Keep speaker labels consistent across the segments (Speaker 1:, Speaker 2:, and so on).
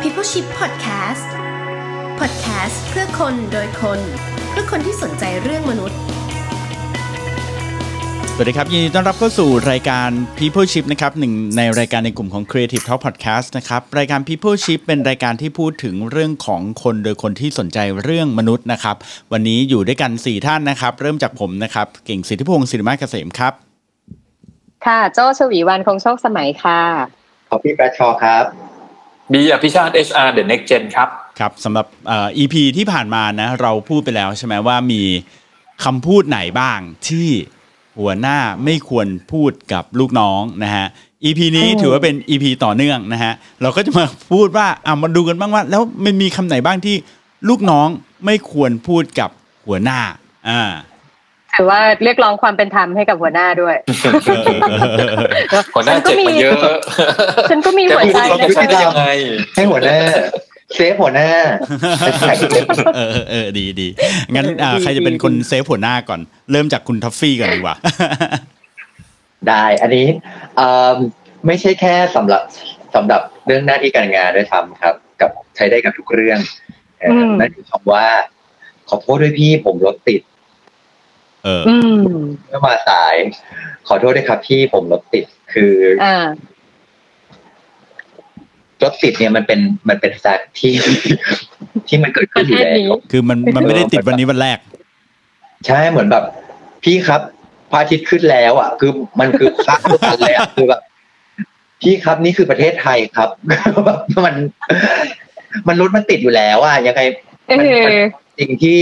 Speaker 1: Peopleship Podcast Podcast เพื่อคนโดยคน เพื่อคนที่สนใจเรื่องมนุษย์
Speaker 2: สวัสดีครับ ยินดีต้อนรับเข้าสู่รายการ People Ship นะครับหนึ่งในรายการในกลุ่มของ Creative Talk Podcast นะครับ รายการ People Ship เป็นรายการที่พูดถึงเรื่องของคนโดยคนที่สนใจเรื่องมนุษย์นะครับ วันนี้อยู่ด้วยกัน 4 ท่านนะครับ เริ่มจากผมนะครับ เก่งสิทธิพงศ์สิริมาเกษมครับ
Speaker 3: ค่ะ โจชวีวันคงโชคสมัยค่ะ
Speaker 4: ขอพี่ประชอครับ
Speaker 5: บีอภิชาติ HR The Next Gen ครับ
Speaker 2: ครับสำหรับเอ่อ EP ที่ผ่านมานะ เราพูดไปแล้วใช่ไหมว่ามีคำพูดไหนบ้างที่หัวหน้าไม่ควรพูดกับลูกน้องนะฮะ EP นี้ถือว่าเป็น EP ต่อเนื่องนะฮะ เราก็จะมาพูดว่าอ่ะมาดูกันบ้างว่า แล้วมันมีคำไหนบ้างที่ลูกน้องไม่ควรพูดกับหัวหน้าอ่า
Speaker 3: ถือว่าเรียกร้องความเป็นธรรมให้กับหัวหน้าด้วย
Speaker 5: หัวหน้าเจ็บมาเยอะ
Speaker 3: ฉันก็มี
Speaker 5: แก
Speaker 3: หัว
Speaker 5: พูด
Speaker 3: ใจนะ
Speaker 4: วิธี
Speaker 5: กับฉัน
Speaker 3: คะ
Speaker 5: ได้
Speaker 4: ดาว
Speaker 5: ยังไง
Speaker 4: ให้หัวหน้า เซฟหัวหน้าไปถ่ายเก็บ
Speaker 2: เออเออเออดีดีงั้น อ่าใครจะเป็นคนเซฟหัวหน้าก่อน เริ่มจากคุณทัฟฟี่ก่อนดีกว่า
Speaker 4: ได้ อันนี้เอิ่มไม่ใช่แค่สำหรับสำหรับเรื่องหน้าที่การงานด้วยทำครับ กับใช้ได้กับทุกเรื่องเอ่ออนั่นคือคำว่า ขอโทษด้วยพี่ผมรถติด
Speaker 2: เออ
Speaker 3: อืม
Speaker 4: เมื่อมาสาย ขอโทษด้วยครับพี่ผมรถติด คือ
Speaker 3: อ่า
Speaker 4: รถติดเนี่ยมันเป็นมันเป็นสัตว์ที่ ที่มันเกิดขึ้นอยู่
Speaker 3: ป
Speaker 4: แล้
Speaker 3: ระเทศนี้
Speaker 4: ว
Speaker 2: คือมันมันไม่ได้ติดวันนี้วันแรก
Speaker 4: ใช่เหมือนแบบ พี่ครับพระอาทิตย์ขึ้นแล้ว อ่ะ คือมันคือคาดกันแล้วคือแบบพี่ครับนี่คือประเทศไทยครับ มัน มันรถมันติดอยู่แล้วอ่ะยังไง
Speaker 3: เอ
Speaker 4: มัน
Speaker 3: อ
Speaker 4: มันสิ่งที่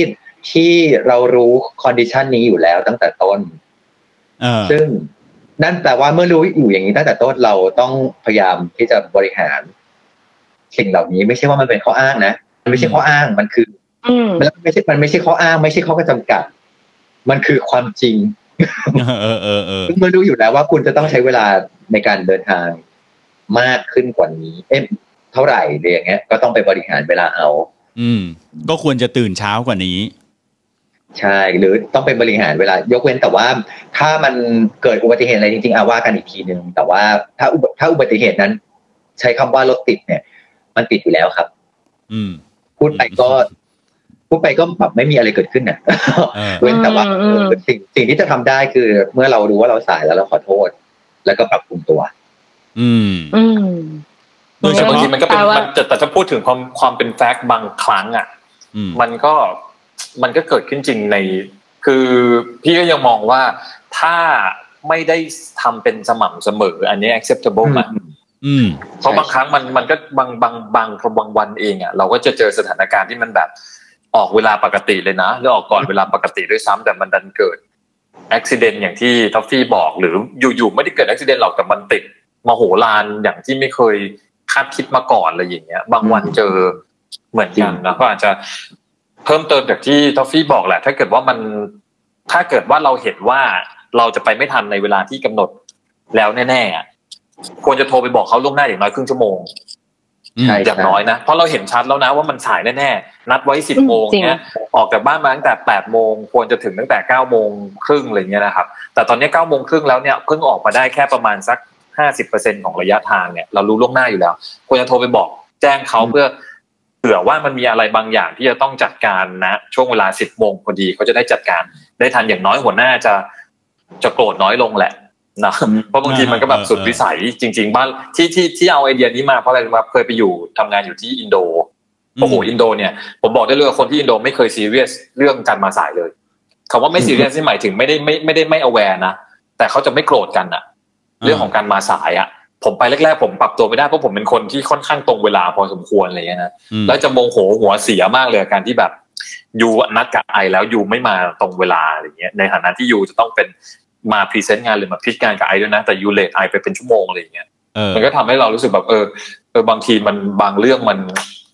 Speaker 4: ที่เรารู้คอนดิชันนี้อยู่แล้วตั้งแต่ต้น
Speaker 2: เออ
Speaker 4: ซึ่งนั่นแปลว่าเมื่อรู้อยู่อย่างนี้ตั้งแต่ต้นเราต้องพยายามที่จะบริหาร สิ่งเหล่านี้ไม่ใช่ว่ามันเป็นข้ออ้างนะมันไม่ใช่ข้ออ้างมันคือ
Speaker 3: อืม
Speaker 4: แล้วไม่ใช่มันไม่ใช่ข้ออ้าง ไม่ใช่ข้อจำกัด มันคือความจริง
Speaker 2: เออเออเออ
Speaker 4: เมื่อรู้อยู่แล้วว่าคุณจะต้องใช้เวลาในการเดินทางมากขึ้นกว่านี้ เอ๊ะเท่าไหร่อะไรอย่างเงี้ย ก็ต้องไปบริหารเวลาเอา
Speaker 2: อืม ก็ควรจะตื่นเช้ากว่านี้
Speaker 4: ใช่ หรือต้องไปบริหารเวลา ยกเว้นแต่ว่า ถ้ามันเกิดอุบัติเหตุอะไรจริงๆอาว่ากันอีกทีนึง แต่ว่าถ้าอุบัถ้าอุบัติเหตุนั้น ใช้คำว่ารถติดเนี่ย มันติดอยู่แล้วครับ
Speaker 2: อืม
Speaker 4: พูดไปก็ พูดไปก็แบบไม่มีอะไรเกิดขึ้นน่ะ
Speaker 2: เออ
Speaker 4: เว้นแต่ว่า
Speaker 3: อืมอืม
Speaker 4: สิ่งสิ่งที่จะทำได้คือ เมื่อเรารู้ว่าเราสายแล้วเราขอโทษ แล้วก็ปรับปรุงตัว
Speaker 2: อืม
Speaker 3: อืม
Speaker 2: โดยเฉ
Speaker 5: แต่บาง
Speaker 2: พาะ
Speaker 5: ทีมันก็เป็น
Speaker 3: แต่ว่ามั
Speaker 5: นแต่แต่ถ้าพูดถึงความความเป็นแฟกต์บางครั้งอ่ะ
Speaker 2: อืม
Speaker 5: มันก็มันก็เกิดขึ้นจริงใน คือพี่ก็ยังมองว่าถ้าไม่ได้ทำเป็นสม่ำเสมอ อันนี้ acceptable อะ
Speaker 2: อืม
Speaker 5: เพราะบางครั้งมันมันก็บางบางบางบางวันเองอ่ะเราก็จะเจอสถานการณ์ที่มันแบบออกเวลาปกติเลยนะหรือออกก่อนเวลาปกติด้วยซ้ำแต่มันดันเกิดอุบิเหตุอย่างที่ท็อฟฟี่บอกหรืออยู่ๆไม่ได้เกิดอุบิเหตุหรอกแต่มันติดมโหฬารอย่างที่ไม่เคยคาดคิดมาก่อนอะไรอย่างเงี้ย บางวันเจอเหมือนกันนะก็อาจจะเพิ่มเติมจากที่ท็อฟฟี่บอกแหละ ถ้าเกิดว่ามันถ้าเกิดว่าเราเห็นว่าเราจะไปไม่ทันในเวลาที่กำหนดแล้วแน่ๆอะควรจะโทรไปบอกเขาล่วงหน้าอย่างน้อยครึ่งชั่วโมง
Speaker 2: อืม
Speaker 4: ใช่
Speaker 5: อย่างน้อยนะเพราะเราเห็นชัดแล้วนะว่ามันสายแน่ๆนัดไว้สิบ
Speaker 3: อืม
Speaker 5: โมง
Speaker 3: จริง
Speaker 5: เนี้ยออกจากบ้านมาตั้งแต่แปดโมงควรจะถึงตั้งแต่เก้าโมงครึ่งอะไรเงี้ยนะครับ แต่ตอนนี้เก้าโมงครึ่งแล้วเนี่ยเพิ่งออกมาได้แค่ประมาณสักห้าสิบเปอร์เซ็นของระยะทางเนี่ยเรารู้ล่วงหน้าอยู่แล้ว ควรจะโทรไปบอกแจ้งเขา
Speaker 4: อืม
Speaker 5: เพื่อเผื่อว่ามันมีอะไรบางอย่างที่จะต้องจัดการนะ ช่วงเวลาสิบโมงพอดีเขาจะได้จัดการ ได้ทันอย่างน้อยหัวหน้าจะจะโกรธน้อยลงแหละนะเพราะบางทีมันก็แบบสุดวิสัยจริง ๆ บ้านที่ที่ที่เอาไอเดียนี้มาเพราะอะไรรู้ไหมาเคยไปอยู่ทำงานอยู่ที่อินโดโอ้โหอินโดเนี่ยผมบอกได้เลยว่าคนที่อินโดไม่เคยซีเรียสเรื่องการมาสายเลยคำว่าไม่ซีเรียสนี่หมายถึงไม่ได้ไม่ไม่ได้ไม่ aware นะแต่เขาจะไม่โกรธกันอะ
Speaker 2: อ่า
Speaker 5: เรื่องของการมาสายอะผมไปแรกๆผมปรับตัวไม่ได้เพราะผมเป็นคนที่ค่อนข้างตรงเวลาพอสมควรอะไรอย่างเงี้ยนะ
Speaker 2: อืม
Speaker 5: แล้วจะโมโหหัวเสียมากเลยกับการที่แบบยูนัดกับไอแล้วยูไม่มาตรงเวลาอะไรเงี้ยในฐานะที่ยูจะต้องเป็นมาพรีเซนต์งานหรือมาพิชงานกับไอด้วยนะ แต่ยูเลทไอไปเป็นชั่วโมงอะไรเงี้ย
Speaker 2: เออ
Speaker 5: มันก็ทำให้เรารู้สึกแบบเออเออบางทีมันบางเรื่องมัน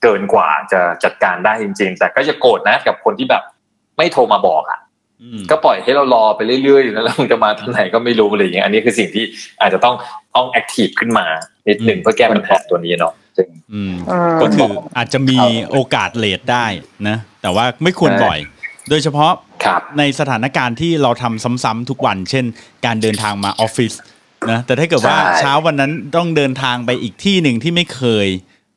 Speaker 5: เกินกว่าจะจัดการได้จริง ๆ แต่ก็จะโกรธนะกับคนที่แบบไม่โทรมาบอกอ่ะ
Speaker 2: อืม
Speaker 5: ก็ปล่อยให้เรารอไปเรื่อยๆอยู่นะแล้วมันจะมาตอนไหนก็ไม่รู้อะไรเงี้ยอันนี้คือสิ่งที่อาจจะต้องต้องแอคทีฟขึ้นมานิดหนึ่งเพื่อแก้ปัญหาตัวนี้เนาะ
Speaker 2: อืม
Speaker 3: อ่า
Speaker 2: ก็คืออาจจะมีโอกาสเลทได้นะ แต่ว่าไม่ควรบ่อย โดยเฉพาะ
Speaker 5: ครับ
Speaker 2: ในสถานการณ์ที่เราทำซ้ำๆทุกวัน เช่น การเดินทางมาออฟฟิศนะ แต่ถ้าเกิดว่า
Speaker 5: ใช่
Speaker 2: เช้าวันนั้นต้องเดินทางไปอีกที่หนึ่งที่ไม่เคย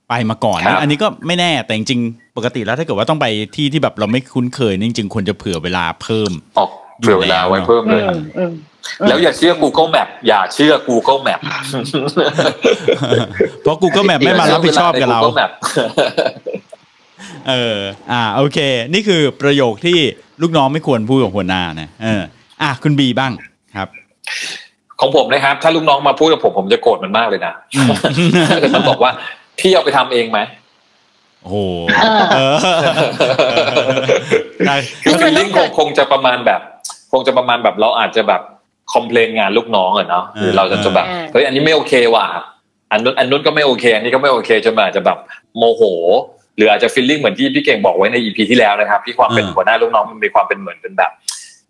Speaker 2: ไปมาก่อน
Speaker 5: ครั
Speaker 2: นะ
Speaker 5: บ
Speaker 2: อันนี้ก็ไม่แน่แต่จริงๆปกติแล้วถ้าเกิดว่าต้องไปที่ที่แบบเราไม่คุ้นเคยนี่จริงๆควรจะเผื่อเวลาเพิ่ ม
Speaker 5: ออกเผื่อเวลาไว้เพิ่ม
Speaker 3: อื
Speaker 5: เลย
Speaker 3: มอืม
Speaker 5: แล้วอย่าเชื่อ Google Map อย่าเชื่อ Google Map
Speaker 2: เพราะ Google Map ไม่มารับผิดชอบกับเรา
Speaker 5: ย่ชื่อ Google Map
Speaker 2: เออ อ่า โอเค นี่คือประโยคที่ลูกน้องไม่ควรพูดกับหัวหน้านะ เออ อ่ะ คุณบีบ้างครับ
Speaker 5: ของผมนะครับ ถ้าลูกน้องมาพูดกับผมผมจะโกรธมันมากเลยนะ มันบอกว่าพี่เอาไปทำเองไหม
Speaker 2: โอ้โห
Speaker 3: เออ
Speaker 2: เออ ได้
Speaker 5: คือฟีลลิ่ง
Speaker 3: มันต้องเกิด
Speaker 5: คงจะประมาณแบบ คงจะประมาณแบบเราอาจจะแบบคอมเพลนงานลูกน้องอะเนาะหรือ
Speaker 2: เออ
Speaker 5: เราจะจะแบบ
Speaker 3: เออ
Speaker 5: เฮ้ยอันนี้ไม่โอเคว่ะอันนู้นอันนู้นก็ไม่โอเค อันนี้ก็ไม่โอเคจนมันอาจจะแบบโมโห หรืออาจจะฟีลลิ่งเหมือนที่พี่เก่งบอกไว้ในอีพีที่แล้วนะครับที่ความเป็นหัวหน้าลูกน้องมันมีความเป็นเหมือนเป็นแบบ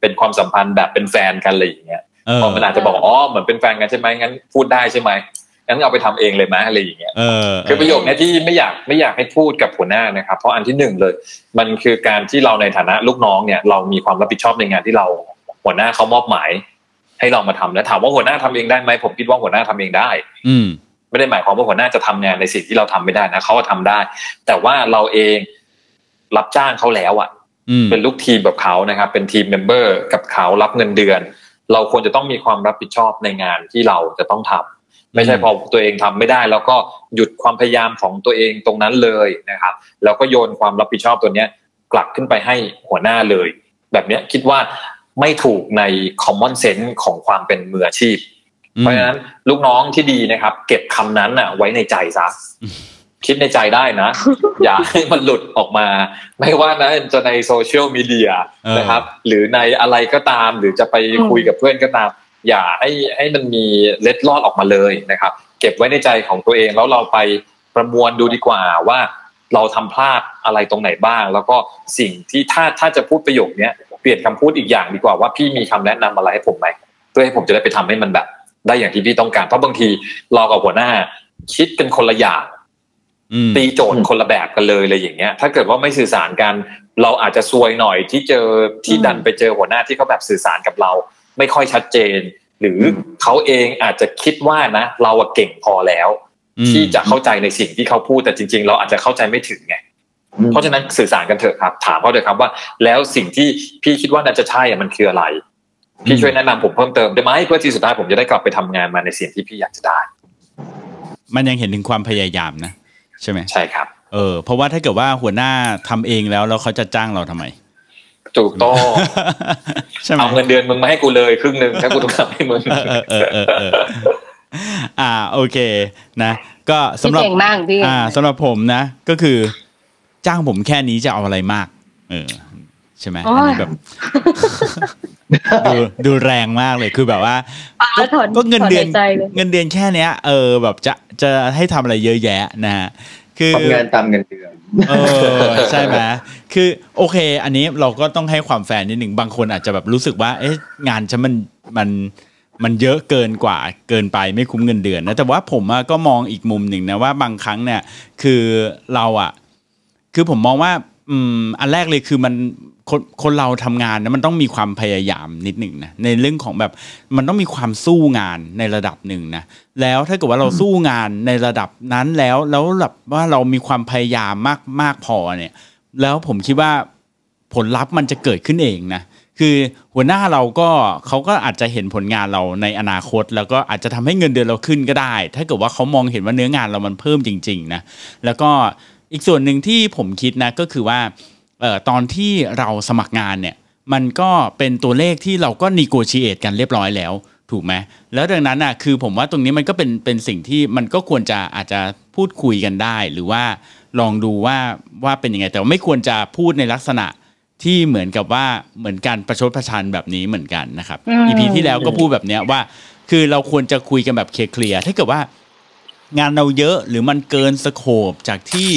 Speaker 5: เป็นความสัมพันธ์แบบเป็นแฟนกันอะไรอย่างเงี้ย
Speaker 2: เออ
Speaker 5: พอมันอาจจะบอกอ๋อเหมือนเป็นแฟนกันใช่ไหมงั้นพูดได้ใช่ไหมงั้นเอาไปทำเองเลยไหมอะไรอย่างเงี้ย
Speaker 2: เออ
Speaker 5: คือประโยคเนี้ยที่ไม่อยากไม่อยากให้พูดกับหัวหน้านะครับ เพราะอันที่หนึ่งเลย มันคือการที่เราในฐานะลูกน้องเนี่ย เรามีความรับผิดชอบในงานที่เราหัวหน้าเขามอบหมาย ให้เรามาทำแล้วถามว่าหัวหน้าทำเองได้ไหมผมคิดว่าหัวหน้าทำเองได้
Speaker 2: อืม
Speaker 5: ไม่ได้หมายความว่าหัวหน้าจะทำงานในสิ่งที่เราทำไม่ได้นะเขาก็ทำได้ แต่ว่าเราเองรับจ้างเขาแล้วอะ
Speaker 2: อืม
Speaker 5: เป็นลูกทีมกับเขานะครับ เป็นทีมเมมเบอร์กับเขารับเงินเดือน เราควรจะต้องมีความรับผิดชอบในงานที่เราจะต้องทำไม่ใช่พอตัวเองทำไม่ได้ แล้วก็หยุดความพยายามของตัวเองตรงนั้นเลยนะครับ แล้วก็โยนความรับผิดชอบตัวเนี้ยกลับขึ้นไปให้หัวหน้าเลย แบบเนี้ยคิดว่าไม่ถูกใน common sense ของความเป็นมืออาชีพ เพราะฉะนั้นลูกน้องที่ดีนะครับ เก็บคำนั้นน่ะ ไว้ในใจซะ
Speaker 2: อืม
Speaker 5: คิดในใจได้นะ อย่าให้มันหลุดออกมา ไม่ว่านะจะในโซเชียลมีเดีย
Speaker 2: เออ
Speaker 5: นะครับ หรือในอะไรก็ตาม หรือจะไปคุยกับเพื่อนก็ตาม อย่าให้ให้มันมีเล็ดลอดออกมาเลยนะครับ เก็บไว้ในใจของตัวเองแล้วเราไปประมวลดูดีกว่าว่าเราทำพลาดอะไรตรงไหนบ้าง แล้วก็สิ่งที่ถ้าถ้าจะพูดประโยคเนี้ยเปลี่ยนคำพูดอีกอย่างดีกว่าว่าพี่มีคำแนะนำอะไรให้ผมไหม เพื่อให้ผมจะได้ไปทำให้มันแบบ ได้อย่างที่พี่ต้องการ เพราะบางทีเรากับหัวหน้า คิดกันคนละอย่าง
Speaker 2: อืม
Speaker 5: ตีโจทย์คนละแบบกันเลยเลยอย่างเงี้ย ถ้าเกิดว่าไม่สื่อสารกัน เราอาจจะซวยหน่อยที่เจอที่ดันไปเจอหัวหน้าที่เขาแบบสื่อสารกับเรา ไม่ค่อยชัดเจน หรืออเขาเองอาจจะคิดว่านะ เราอะเก่งพอแล้ว
Speaker 2: อืม
Speaker 5: ที่จะเข้าใจในสิ่งที่เขาพูดแต่จริง ๆ เราอาจจะเข้าใจไม่ถึงไง
Speaker 4: อืม
Speaker 5: เพราะฉะนั้นสื่อสารกันเถอะครับ ถามเขาเถอะครับว่า แล้วสิ่งที่พี่คิดว่าน่าจะใช่อะมันคืออะไร
Speaker 2: อื
Speaker 5: พี่
Speaker 2: ม
Speaker 5: ช่วยแนะนำผมเพิ่มเติมได้ไหมเพื่อที่สุดท้ายผมจะได้กลับไปทำงานมาในสิ่งที่พี่อยากจะได้
Speaker 2: มันยังเห็นถึงความพยายามนะ ใช่ไหม
Speaker 5: ใช่ครับ
Speaker 2: เออ เพราะว่าถ้าเกิดว่าหัวหน้าทำเองแล้วแล้วเขาจะจ้างเราทำ ไม
Speaker 5: ถูกต้อง
Speaker 2: ใช่ไหม
Speaker 5: เอาเงินเดือนมึงมาให้กูเลยครึ่งหนึ่งถ้ากูต้องทำให้มึง
Speaker 2: เออเออเออเอออ่าโอเคนะ ก็สำหรับ
Speaker 3: พี่เก่งมากพี่
Speaker 2: อ่าสำหรับผมนะ ก็คือ จ้างผมแค่นี้จะเอาอะไรมาก เออ ใช่ไหมอันนี้แบบ ดูดูแรงมากเลยคือแบบว่า
Speaker 3: ปาถอน
Speaker 2: ก็เงินเดือน
Speaker 3: ถใใจเลย
Speaker 2: เงินเดือนแค่เนี้ย เออ แบบจะจะให้ทำอะไรเยอะแยะนะฮะคือ
Speaker 4: ทำงานตามเงินเดือน
Speaker 2: เออใช่ไหมคือโอเค อันนี้เราก็ต้องให้ความแฟนนิดหนึ่งบางคนอาจจะแบบรู้สึกว่า เอ๊ะงานฉันมันมันมันเยอะเกินกว่าเกินไปไม่คุ้มเงินเดือนนะแต่ว่าผมอะก็มองอีกมุมหนึ่งนะว่าบางครั้งเนี่ย คือเราอะคือผมมองว่า อืม อันแรกเลยคือมันคนคนเราทำงานนะมันต้องมีความพยายามนิดหนึ่งนะในเรื่องของแบบมันต้องมีความสู้งานในระดับหนึ่งนะ แล้วถ้าเกิดว่าเราสู้งานในระดับนั้นแล้วแล้วแบบว่าเรามีความพยายามมากมากพอเนี่ย แล้วผมคิดว่าผลลัพธ์มันจะเกิดขึ้นเองนะ คือหัวหน้าเราก็เขาก็อาจจะเห็นผลงานเราในอนาคต แล้วก็อาจจะทำให้เงินเดือนเราขึ้นก็ได้ ถ้าเกิดว่าเขามองเห็นว่าเนื้องานเรามันเพิ่มจริง ๆ นะ แล้วก็อีกส่วนหนึ่งที่ผมคิดนะก็คือว่าเอ่อตอนที่เราสมัครงานเนี่ย มันก็เป็นตัวเลขที่เราก็นีโกช a t e กันเรียบร้อยแล้ว ถูกไหมแล้วดังนั้นอ่ะคือผมว่าตรงนี้มันก็เป็นเป็นสิ่งที่มันก็ควรจะอาจจะพูดคุยกันได้ หรือว่าลองดูว่าว่าเป็นยังไง แต่ว่าไม่ควรจะพูดในลักษณะที่เหมือนกับว่าเหมือนการประชดประชันแบบนี้เหมือนกันนะครับ
Speaker 3: อืม
Speaker 2: EP ที่แล้วก็พูดแบบเนี้ยว่า คือเราควรจะคุยกันแบบเคลียร์ๆถ้าเกิดว่า งานเราเยอะหรือมันเกินสโคปจากที่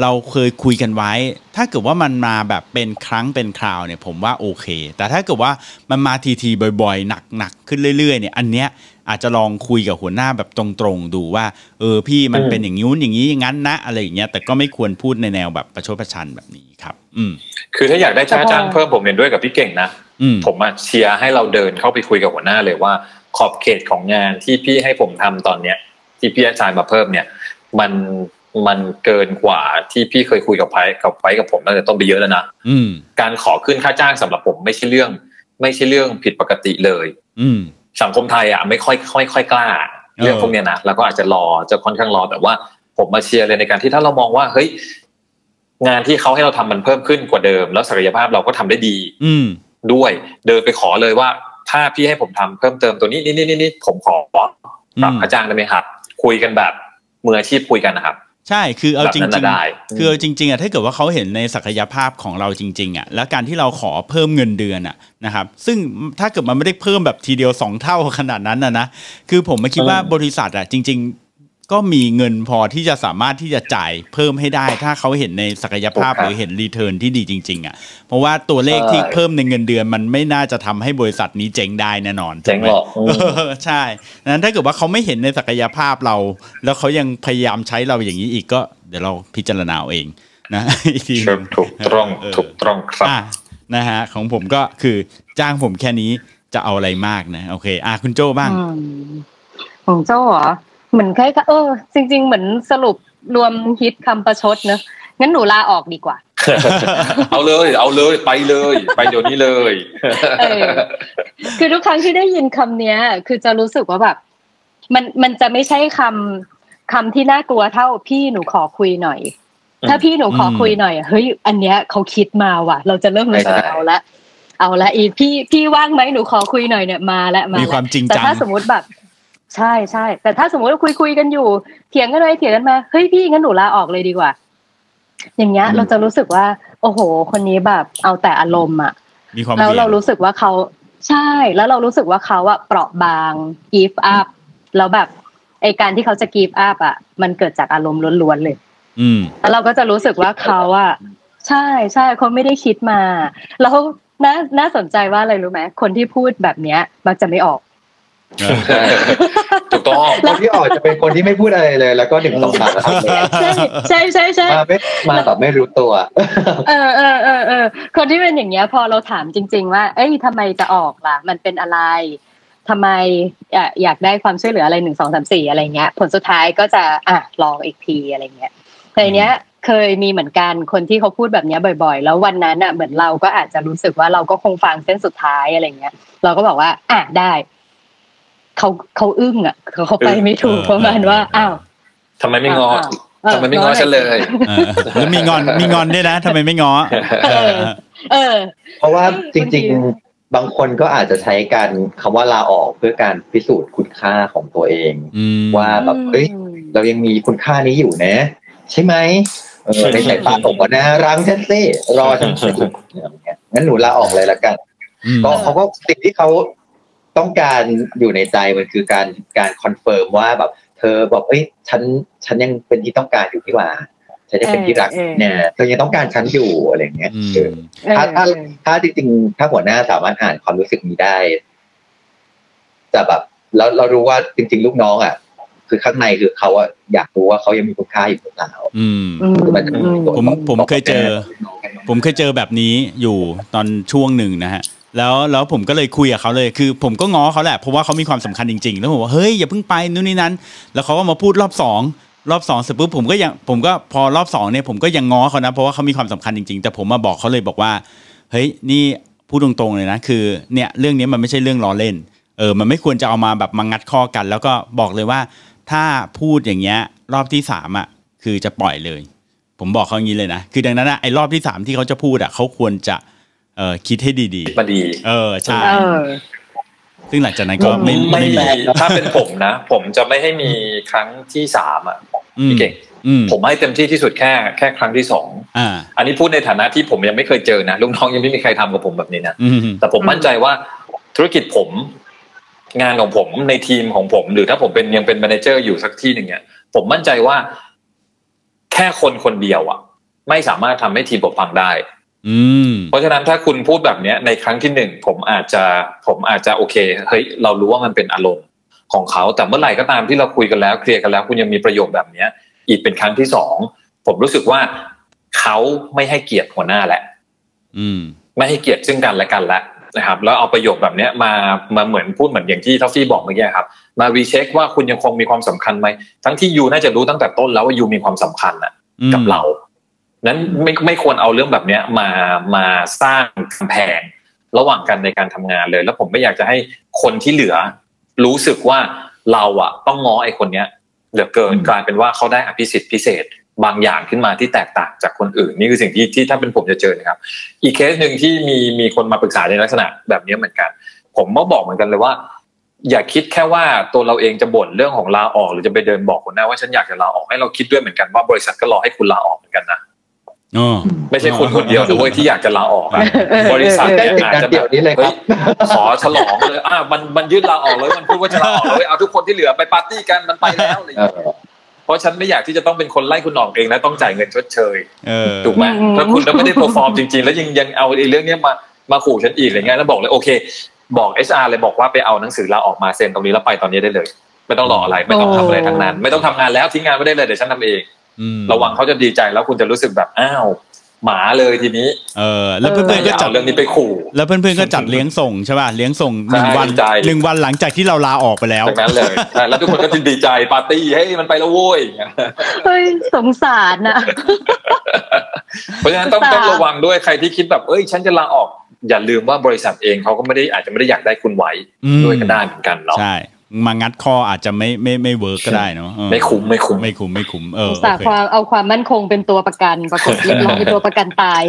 Speaker 2: เราเคยคุยกันไว้ ถ้าเกิดว่ามันมาแบบเป็นครั้งเป็นคราวเนี่ยผมว่าโอเค แต่ถ้าเกิดว่ามันมาทีทีๆบ่อยๆ หนักๆ ขึ้นเรื่อยๆเนี่ยอันเนี้ยอาจจะลองคุยกับหัวหน้าแบบตรงๆ ดูว่า เออพี่มัน
Speaker 5: อืม
Speaker 2: เป็นอย่างงู้นอย่างนี้อย่างนั้นนะอะไรอย่างเงี้ยแต่ก็ไม่ควรพูดในแนวแบบประชดประชันแบบนี้ครับ อืม
Speaker 5: คือถ้าอยากได้ค่าจ้างเพิ่มผมเห็นด้วยกับพี่เก่งนะ
Speaker 2: อืม
Speaker 5: ผมอะเชียร์ให้เราเดินเข้าไปคุยกับหัวหน้าเลยว่า ขอบเขตของงานที่พี่ให้ผมทำตอนเนี้ย ที่พี่อาจารย์มาเพิ่มเนี่ย มัน มันเกินกว่าที่พี่เคยคุยกับไพกับไพกับผมตั้งแต่ต้นไปเยอะแล้วนะ
Speaker 2: อืม
Speaker 5: การขอขึ้นค่าจ้างสำหรับผมไม่ใช่เรื่อง ไม่ใช่เรื่องผิดปกติเลย
Speaker 2: อืม
Speaker 5: สังคมไทยอ่ะไม่ค่อยค่อยค่อยกล้า เรื่องพวกเนี้ยนะแล้วก็อาจจะรอจะค่อนข้างรอแต่ว่าผมมาเชียร์เลยในการที่ถ้าเรามองว่าเฮ้ยงานที่เขาให้เราทำมันเพิ่มขึ้นกว่าเดิม แล้วศักยภาพเราก็ทำได้ดี
Speaker 2: อืม
Speaker 5: ด้วยเดินไปขอเลยว่า ถ้าพี่ให้ผมทำเพิ่มเติมตัวนี้นี่นี่นี่นี่ผมขอปรับ
Speaker 2: อืม
Speaker 5: ค่าจ้างได้ไหมครับ คุยกันแบบมืออาชีพคุยกันนะครับ
Speaker 2: ใช่ คือเอาจ
Speaker 5: แบบ
Speaker 2: ริง
Speaker 5: นั้นน่ะได้
Speaker 2: ๆ คือเอาจริงๆอ่ะ ถ้าเกิดว่าเขาเห็นในศักยภาพของเราจริง ๆอ่ะ แล้วการที่เราขอเพิ่มเงินเดือนอ่ะนะครับ ซึ่งถ้าเกิดมันไม่ได้เพิ่มแบบทีเดียวสองเท่าขนาดนั้นนะนะ คือผมมาคิดว่าบริษัทอ่ะจริง ๆ ก็มีเงินพอที่จะสามารถที่จะจ่ายเพิ่มให้ได้ ถ้าเขาเห็นในศักยภาพ
Speaker 5: ถูก
Speaker 2: ห
Speaker 5: ครับ
Speaker 2: รือเห็นรีเทิร์นที่ดีจริง ๆอ่ะ เพราะว่าตัวเลขที่
Speaker 5: ใช่
Speaker 2: เพิ่มในเงินเดือนมันไม่น่าจะทำให้บริษัทนี้เจ๊งได้แน่นอนถู
Speaker 5: เจ๋ง
Speaker 2: ไม
Speaker 5: หรอกอืม
Speaker 2: เอ อใช่ดังนั้นถ้าเกิดว่าเขาไม่เห็นในศักยภาพเรา แล้วเขายังพยายามใช้เราอย่างนี้อีกก็ เดี๋ยวเราพิจารณาเอาเองนะ อีกทีหนึ่ง
Speaker 5: ถูกต้อง
Speaker 2: เออ
Speaker 5: ถูกต้องครับ
Speaker 2: อ่ะนะฮะของผมก็คือจ้างผมแค่นี้จะเอาอะไรมากนะ โอเค อ่ะคุณโจ้บ้าง
Speaker 3: อืมของโจ้เหรอเหมือนคล้ายๆเออ จริง ๆ เหมือนสรุปรวมฮิตคำประชดเนอะงั้นหนูลาออกดีกว่า
Speaker 5: เอาเลย เอาเลยไปเลย ไปเดี๋ยวนี้เลย
Speaker 3: เออ คือทุกครั้งที่ได้ยินคำเนี้ย คือจะรู้สึกว่าแบบ มันมันจะไม่ใช่คำคำที่น่ากลัวเท่าพี่หนูขอคุยหน่อย
Speaker 5: อืม
Speaker 3: ถ้าพี่หนูขอคุย
Speaker 2: อืม
Speaker 3: หน่อยเฮ้ยอันเนี้ยเขาคิดมาว่ะ เราจะเริ่มรู้สึก
Speaker 5: ใช่
Speaker 3: เอาละเอาละอีพี่พี่ว่างไหมหนูขอคุยหน่อยเนี่ยมาละมา
Speaker 2: มีค
Speaker 3: ละ
Speaker 2: วามจริง
Speaker 3: แต่
Speaker 2: จัง
Speaker 3: ถ้าสมมติแบบ ใช่ใช่แต่ถ้าสมมติว่าคุยคุยกันอยู่ เถียงกันเลยเถียงกันมาเฮ้ยพี่งั้นหนูลาออกเลยดีกว่า อย่างเงี้ย
Speaker 5: อืม
Speaker 3: เราจะรู้สึกว่า โอ้โห คนนี้แบบเอาแต่อารมณ์อะ
Speaker 2: มีความ
Speaker 3: แล้ว
Speaker 2: เสี่ยง
Speaker 3: เรารู้สึกว่าเขาใช่ แล้วเรารู้สึกว่าเขาอะเปราะบาง give up แล้วแบบไอการที่เขาจะ give up อะมันเกิดจากอารมณ์ล้วนๆเลย
Speaker 2: อืม
Speaker 3: แล้วเราก็จะรู้สึกว่าเขาอะใช่ใช่เขาไม่ได้คิดมา แล้วน่าน่าสนใจว่าอะไรรู้ไหมคนที่พูดแบบเนี้ย มักจะไม่ออก
Speaker 5: ถูกต้อง
Speaker 4: คนที่ออกจะเป็นคนที่ไม่พูดอะไรเลย แล้วก็หนึ่งสองสามแล้วทำเลย
Speaker 3: ใช่ใช่ใช่ใช่
Speaker 4: มาไม่มาแบบไม่รู้ตัว
Speaker 3: เออเออเออเออคนที่เป็นอย่างเงี้ยพอเราถามจริง ๆ ว่า เอ้ยทำไมจะออกล่ะ มันเป็นอะไรทำไมเอ่ออยากได้ความช่วยเหลืออะไรหนึ่งสองสามสี่อะไรเงี้ย ผลสุดท้ายก็จะอ่ะลองอีกทีอะไรเงี้ยแต่เนี้ยเคยมีเหมือนกันคนที่เขาพูดแบบเนี้ยบ่อย ๆ แล้ววันนั้นอ่ะเหมือนเราก็อาจจะรู้สึกว่าเราก็คงฟังเส้นสุดท้ายอะไรเงี้ย เราก็บอกว่า อ่ะได้เขาเขาอึ้งอ่ะเขาเขาไปไม่ถูก
Speaker 2: เออ
Speaker 3: ประมาณว่าอ้าว
Speaker 5: ทำไมไม่งอ
Speaker 3: าวาว
Speaker 5: ทำไมไม่งอ
Speaker 3: หน่ย
Speaker 5: ฉันเลย
Speaker 2: เออแล้วมีงอนมีงอนด้วยนะทำไมไม่งอ
Speaker 3: เออ เออ
Speaker 4: เพราะว่าจ
Speaker 3: บางที
Speaker 4: ริงๆ บางคนก็อาจจะใช้การคำว่าลาออกเพื่อการพิสูจน์คุณค่าของตัวเอง
Speaker 2: อืม
Speaker 4: ว่าแบบเอ้ย เรายังมีคุณค่านี้อยู่นะ ใช่ไหมเออในสายตาผมนะรังฉันสิรอฉันสิงั้นหนูลาออกเลยละกัน
Speaker 2: อืม
Speaker 4: ก็เขาก็สิ่งที่เขาต้องการอยู่ในใจมันคือการการคอนเฟิร์มว่าแบบ เธอบอกเอ้ยฉันฉันยังเป็นที่ต้องการอยู่ที่หว่าฉันยังเป็นที่รัก
Speaker 3: เออเออ
Speaker 4: เนี่ยเธอยังต้องการฉันอยู่อะไรอย่างเงี้ย
Speaker 2: อื
Speaker 4: เออ
Speaker 2: ม
Speaker 3: เออ
Speaker 4: ถ้าถ้า
Speaker 3: เออ
Speaker 4: ถ้าจริงๆ ถ้าหัวหน้าสามารถอ่านความรู้สึกนี้ได้จะแบบแล้วเรารู้ว่าจริง ๆ ลูกน้องอ่ะ คือข้างในคือเขาอะอยากรู้ว่าเขายังมีคุณค่าอยู่หรือเปล่า
Speaker 2: อืม
Speaker 4: คือมันจะมีตัว
Speaker 2: ผมผมเคยเจอ
Speaker 4: ลูกน้องกัน
Speaker 2: ผมเคยเจอแบบนี้อยู่ตอนช่วงหนึ่งนะฮะ แล้วแล้วผมก็เลยคุยกับเขาเลยคือ ผมก็ง้อเขาแหละเพราะว่าเขามีความสำคัญจริงๆ แล้วผมว่าเฮ้ยอย่าเพิ่งไปนู่นนี่นั้น แล้วเขาก็มาพูดรอบสองรอบสองเสร็จปุ๊บผมก็ยังผมก็พอรอบสองเนี่ยผมก็ยังง้อเขานะเพราะว่าเขามีความสำคัญจริงๆ แต่ผมมาบอกเขาเลยบอกว่า เฮ้ยนี่พูดตรงๆเลยนะคือเนี่ยเรื่องนี้มันไม่ใช่เรื่องล้อเล่น เออ มันไม่ควรจะเอามาแบบมางัดข้อกัน แล้วก็บอกเลยว่า ถ้าพูดอย่างเงี้ยรอบที่สามอ่ะคือจะปล่อยเลย ผมบอกเขาอย่างนี้เลยนะ คือดังนั้นอะไอ้รอบที่สามที่เขาจะพูดอ่ะเขาควรจะเออคิดให้ดี
Speaker 5: มาดี
Speaker 2: ๆ เออใช่
Speaker 3: เออ
Speaker 2: ซึ่งหลังจากนั้นก็ไม่
Speaker 5: ไม่
Speaker 2: มี
Speaker 5: มีถ้าเป็นผมนะ ผมจะไม่ให้มีครั้งที่สามอ่ะ
Speaker 2: อืม
Speaker 5: พี่เก่ง
Speaker 2: อืม
Speaker 5: ผมให้เต็มที่ที่สุดแค่แค่ครั้งที่สอง
Speaker 2: อ่า
Speaker 5: อันนี้พูดในฐานะที่ผมยังไม่เคยเจอนะลูกน้องยังไม่มีใครทำกับผมแบบนี้นะ
Speaker 2: อืม
Speaker 5: แต่ผม
Speaker 3: อืม
Speaker 5: มั่นใจว่าธุรกิจผม งานของผมในทีมของผม หรือถ้าผมเป็นยังเป็นแมเนเจอร์อยู่สักที่หนึ่งเนี่ยผมมั่นใจว่า แค่คนคนเดียวอะไม่สามารถทำให้ทีมผมพังได้
Speaker 2: อืม
Speaker 5: เพราะฉะนั้นถ้าคุณพูดแบบเนี้ยในครั้งที่หนึ่งผมอาจจะผมอาจจะโอเคเฮ้ยเรารู้ว่ามันเป็นอารมณ์ของเขาแต่เมื่อไหร่ก็ตามที่เราคุยกันแล้วเคลียร์กันแล้ว คุณยังมีประโยคแบบเนี้ย อีกเป็นครั้งที่สองผมรู้สึกว่าเขาไม่ให้เกียรติหัวหน้าแหละ
Speaker 2: อืม
Speaker 5: ไม่ให้เกียรติซึ่งกันและกันและ นะครับแล้วเอาประโยคแบบเนี้ยมามาเหมือนพูดเหมือนอย่างที่ทัฟฟี่บอกเมื่อกี้ครับมารีเช็คว่าคุณยังคงมีความสำคัญไหมทั้งที่ยูน่าจะรู้ตั้งแต่ต้นแล้วว่ายูมีความสำคัญอะ
Speaker 2: อืม
Speaker 5: กับเรา นั้นไม่ไม่ควรเอาเรื่องแบบเนี้ยมามาสร้างกำแพงระหว่างกันในการทำงานเลย แล้วผมไม่อยากจะให้คนที่เหลือ รู้สึกว่าเราอะต้องง้อไอ้คนเนี้ยเหลือเกินกลายเป็นว่าเขาได้อภิสิทธิ์พิเศษ บางอย่างขึ้นมาที่แตกต่างจากคนอื่น นี่คือสิ่งที่ที่ถ้าเป็นผมจะเจอนะครับ อีกเคสหนึ่งที่มีมีคนมาปรึกษาในลักษณะแบบนี้เหมือนกัน ผมก็บอกเหมือนกันเลยว่า อย่าคิดแค่ว่าตัวเราเองจะบ่นเรื่องของลาออกหรือจะไปเดินบอกหัวหน้าว่าฉันอยากจะลาออกให้เราคิดด้วยเหมือนกันว่าบริษัทก็รอให้คุณลาออกเหมือนกันนะ
Speaker 2: อ๋อ
Speaker 5: ไม่ใช่คุณคนเดียวด้วยที่อยากจะลาออกอะบริษัทเนี่ยอาจจะ
Speaker 4: เดี๋
Speaker 5: แบ
Speaker 4: ยว
Speaker 5: บ
Speaker 4: นี้เลยครับ
Speaker 5: ฮ้ยขอฉลองเลยอ่ะมันมันยืดลาออกเลยมันพูดว่าจะลาออกเลยเอาทุกคนที่เหลือไปปาร์ตี้กันมันไปแล้วอะไรอย่าง
Speaker 4: เอ
Speaker 5: เงี้ย
Speaker 4: อ
Speaker 5: เพราะฉันไม่อยากที่จะต้องเป็นคนไล่คุณออกเองและต้องจ่ายเงินชดเชย
Speaker 2: เออ
Speaker 5: ถูกไหม
Speaker 3: อืม
Speaker 5: แล้วคุณก็ไม่ได้ p e r f o r m จริงๆ แล้วยังยังเอาไอ้เรื่องเนี้ยมามาขู่ฉันอีกอะไรเงี้ยแล้วบอกเลยโอเค บอก HR เลยบอกว่าไปเอาหนังสือลาออกมาเซ็นตรงนี้แล้วไปตอนนี้ได้เลย ไม่ต้องรออะไรไม่ต้องทำอะไรทั้งนั้น ไม่ต้องทำงานแล้วทิ้งงานไม่ได้เลยเดี๋ยวฉันทำเอง
Speaker 2: อืม
Speaker 5: ระวังเขาจะดีใจแล้วคุณจะรู้สึกแบบอ้าวหมาเลยทีนี้
Speaker 2: เออ แล้วเพื่อนๆ
Speaker 5: อ
Speaker 2: ก็
Speaker 5: ย่า
Speaker 2: จัด
Speaker 5: เอาเรื่องนี้ไปขู่
Speaker 2: แล้วเพื่อนๆก็จัดเลี้ยงส่งใช่ป่ะ เลี้ยงส่งหนึ่งวัน
Speaker 5: ใช่
Speaker 2: หนึ่งวันหลังจากที่เราลาออกไปแล้ว
Speaker 5: จากนั้น เลยใช่แล้วทุกคนก็จะดีใจปาร์ตี้เฮ้ยมันไปแล้วโว้ยอย่างเงี้ย
Speaker 3: เฮ้ยสงสารนะ
Speaker 5: เพราะฉะนั้นต้อง
Speaker 3: ค่ะ
Speaker 5: ต้องระวังด้วยใครที่คิดแบบเอ้ยฉันจะลาออก อย่าลืมว่าบริษัทเองเขาก็ไม่ได้อาจจะไม่ได้อยากได้คุณไว้
Speaker 2: อืม
Speaker 5: ด้วยก็ได้เหมือนกันเนาะ
Speaker 2: ใช่ มางัดคออาจจะไม่ไม่ไม่เวิร์กก็ได้เนาะเออ
Speaker 5: ไม่คุ้มไม่คุ้ม
Speaker 2: ไม่คุ้มไม่คุ้มเออ
Speaker 3: อุต
Speaker 2: โอ
Speaker 3: ส่าห์
Speaker 2: เค
Speaker 3: ความเอาความมั่นคงเป็นตัวประกันปรากฏเรียบร้อยเป็นตัวประกันตาย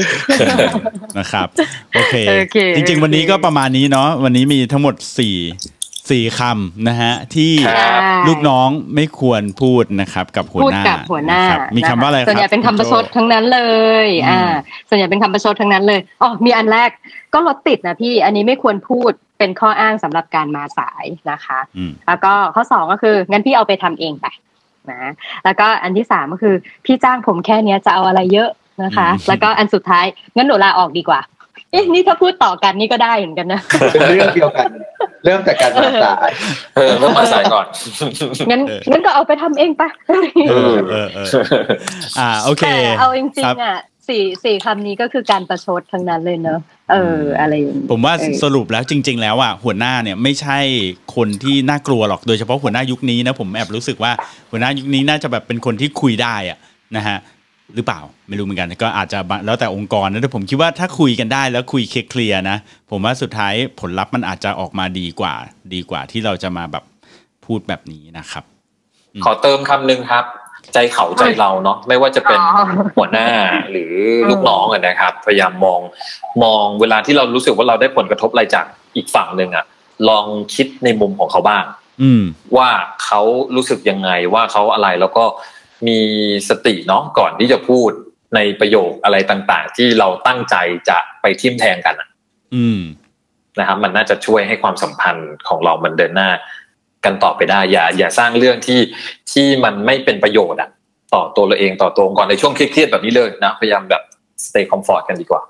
Speaker 2: นะครับ โอเค
Speaker 3: โอเค
Speaker 2: จริง ๆ วันนี้ก็
Speaker 3: โอเค
Speaker 2: ประมาณนี้เนาะ วันนี้มีทั้งหมดสี่สี่คำนะฮะ ที่ลูกน้องไม่ควรพูดนะครับ กับหัว
Speaker 3: พูด
Speaker 2: หน้า
Speaker 3: กับหัวหน้า
Speaker 2: ะรับมีคำว่าอะไรครับ
Speaker 3: ส่วนใหญ่เป็นคำประชดทั้งนั้นเลย
Speaker 2: อืม
Speaker 3: อ่า ส่วนใหญ่เป็นคำประชดทั้งนั้นเลยอ๋อมีอันแรกก็รถติดนะพี่ อันนี้ไม่ควรพูดเป็นข้ออ้างสำหรับการมาสายนะคะ
Speaker 2: อืม
Speaker 3: แล้วก็ข้อสองก็คืองั้นพี่เอาไปทำเองไปนะแล้วก็อันที่สามก็คือพี่จ้างผมแค่เนี้ยจะเอาอะไรเยอะนะคะ
Speaker 2: อืม
Speaker 3: แล้วก็อันสุดท้ายงั้นหนูลาออกดีกว่าเอ๊ะนี่ถ้าพูดต่อกันนี่ก็ได้เหมือนกันนะ
Speaker 4: เป็นเรื่องเดียวกัน เริ่มจากการมาสาย
Speaker 5: เออต้องมาสายก่อน
Speaker 3: งั้นงั้นก็เอาไปทำเองไป
Speaker 2: เออเออเอออ่า โอเค
Speaker 3: แต่เอาจริง
Speaker 2: ครับ
Speaker 3: ๆอ่ะสี่สี่คำนี้ก็คือการประชดทั้งนั้นเลยเนอะเออ อะไรอย่างนี้
Speaker 2: ผมว่า
Speaker 3: เออ
Speaker 2: สรุปแล้วจริง ๆ แล้วอ่ะหัวหน้าเนี่ยไม่ใช่คนที่น่ากลัวหรอกโดยเฉพาะหัวหน้ายุคนี้นะผมแอบรู้สึกว่าหัวหน้ายุคนี้น่าจะแบบเป็นคนที่คุยได้อ่ะนะฮะหรือเปล่าไม่รู้เหมือนกันก็อาจจะบะแล้วแต่องค์กรนะแต่ผมคิดว่าถ้าคุยกันได้แล้วคุยเคลียร์ๆนะ ผมว่าสุดท้ายผลลัพธ์มันอาจจะออกมาดีกว่า ดีกว่าที่เราจะมาแบบพูดแบบนี้นะครับ
Speaker 5: ขอเติมคำหนึ่งครับ ใจเขาใจเราเนาะไม่ว่าจะเป็น
Speaker 3: อ๋อ
Speaker 5: หัวหน้าหรือลูกน้องอะนะครับ พยายามมองมองเวลาที่เรารู้สึกว่าเราได้ผลกระทบอะไรจากอีกฝั่งหนึ่งอะลองคิดในมุมของเขาบ้าง
Speaker 2: อืม
Speaker 5: ว่าเขารู้สึกยังไงว่าเขาอะไรแล้วก็มีสติเนาะก่อนที่จะพูดในประโยคอะไรต่างๆ ที่เราตั้งใจจะไปทิมแทงกันอะ
Speaker 2: อืม
Speaker 5: นะครับ มันน่าจะช่วยให้ความสัมพันธ์ของเรามันเดินหน้า กันต่อไปได้ อย่า อย่าสร้างเรื่องที่ที่มันไม่เป็นประโยชน์อะต่อตัวเราเองต่อตัวองค์กรในช่วงเครียดๆแบบนี้เลยนะ พยายามแบบ stay comfort กันดีกว่า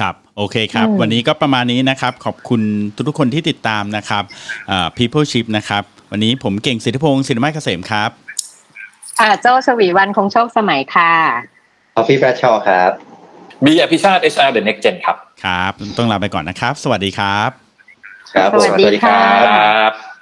Speaker 2: ครับ โอเคครับ
Speaker 3: อืม
Speaker 2: วันนี้ก็ประมาณนี้นะครับ ขอบคุณทุกๆคนที่ติดตามนะครับเอ่อ People Ship นะครับ วันนี้ผมเก่งสิทธิพงศ์สินไม้เกษมครับ
Speaker 3: อ่าโจชวีวันคงโชคสมัยค่ะ
Speaker 4: คอฟฟี่แบรชชอครับ
Speaker 5: บีอภิชาติ HR the next gen ครับ
Speaker 2: ครับ ต้องลาไปก่อนนะครับ สวัสดีครับ
Speaker 4: ครับผม
Speaker 3: สวัสดีค่ะ
Speaker 5: ครับ